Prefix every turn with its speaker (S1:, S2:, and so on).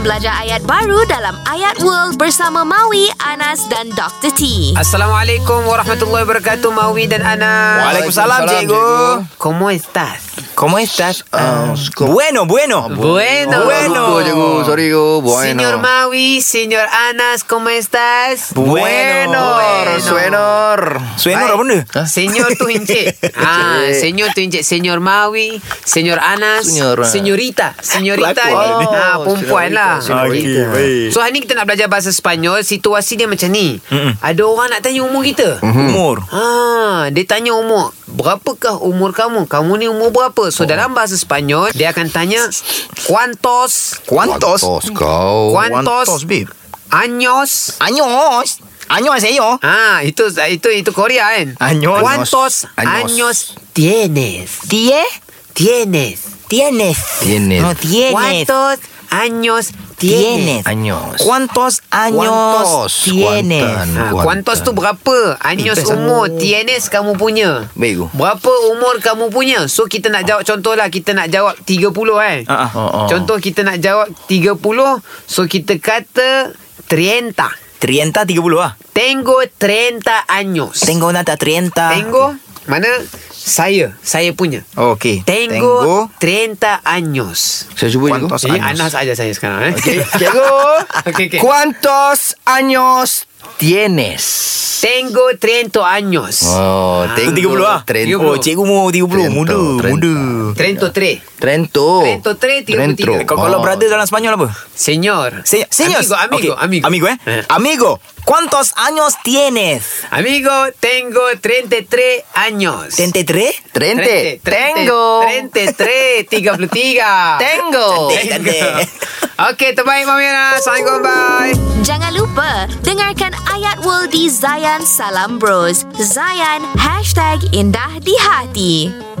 S1: belajar ayat baru dalam Ayat World bersama Maui, Anas dan Dr. T.
S2: Assalamualaikum warahmatullahi wabarakatuh Mawi dan Anas
S3: Waalaikumsalam, cikgu.
S2: ¿Cómo estás?
S3: ¿Cómo estás? Ah, bueno, bueno.
S2: Bueno.
S3: Bueno.
S4: Lupa, cikgu. Sorry, cikgu. Bueno.
S2: Señor Maui, señor Anas, ¿cómo estás?
S3: Bueno.
S4: Suenor, suenor.
S3: Suena apa benda?
S2: ¿Ah? Señor tu encik ah, Señor tu encik Señor Mawi Señor Anas
S4: Señora.
S2: Señorita Señorita ni
S4: Pelakon.
S2: ah,
S4: Oh,
S2: Perempuan
S4: señorita,
S2: lah
S4: señorita. Okey,
S3: baik.
S2: So hari ni kita nak belajar bahasa Sepanyol Situasi dia macam ni Ada orang nak tanya umur kita
S3: Umur.
S2: Ha, dia tanya umur Berapakah umur kamu? Kamu ni umur berapa?
S3: Oh.
S2: So dalam bahasa Sepanyol Dia akan tanya Cuantos
S3: Kuantos.
S4: Tos kau.
S2: Kuan- Kuantos.
S3: Kuantos, babe.
S2: Años
S3: Anyos. Anyos saya.
S2: Ah, itu itu itu Korea kan?
S3: Años.
S2: ¿Cuántos
S4: Años.
S2: años tienes?
S3: Tie.
S2: Tienes.
S3: Tienes.
S4: Tienes.
S3: No, tienes.
S2: ¿Cuántos años tienes?
S3: Tienes.
S4: Años.
S3: ¿Cuántos años
S4: Kuantos.
S3: tienes?
S2: Ah,
S4: Kuantan.
S2: ¿Cuántos tu berapa? Años umur
S3: Oh.
S2: tienes kamu punya?
S4: Baik, Gu.
S2: Berapa umur kamu punya? So kita nak jawab contohlah kita nak jawab 30 kan.
S4: Ah,
S3: Ah, ah.
S4: ah.
S2: Contoh kita nak jawab 30, so kita kata 30.
S3: Trienta, tiga puluh lah.
S2: Tengo 30 años.
S3: Tengo una trienta.
S2: Tengo mana saya, saya punya.
S3: Okey.
S2: Tengo, 30 años.
S4: Saya cuba, cikgu.
S3: Kuantos.
S2: Ini
S3: Años.
S2: Eh, Anas aja saya sekarang eh.
S4: Okey, Cikgu.
S2: Okey, okey.
S4: ¿Cuántos años tienes?
S2: Tengo 30 años.
S4: Oh, tengo
S3: 30 lah.
S4: 30.
S3: Oh, cikgu umur 30. Muda,
S4: Trento,
S3: muda.
S2: 33.
S4: Trento.
S2: Trento, tre, tiga puluh tiga.
S3: Kau kalau
S4: Oh.
S3: brother dalam Sepanyol apa?
S2: Señor.
S3: Se señor.
S2: Amigo, amigo,
S3: Okay.
S2: amigo.
S3: Amigo, eh? Amigo, ¿cuántos años tienes?
S2: Amigo, tengo 33 años.
S3: ¿33?
S4: Trente.
S2: Tengo. 33, 33.
S4: Tengo.
S3: Cantik.
S2: Okey, terbaik Mami Ana. Assalamualaikum, bye.
S1: Jangan lupa, dengarkan Ayat World di Zayan Salam Bros. Zayan, hashtag indah di hati.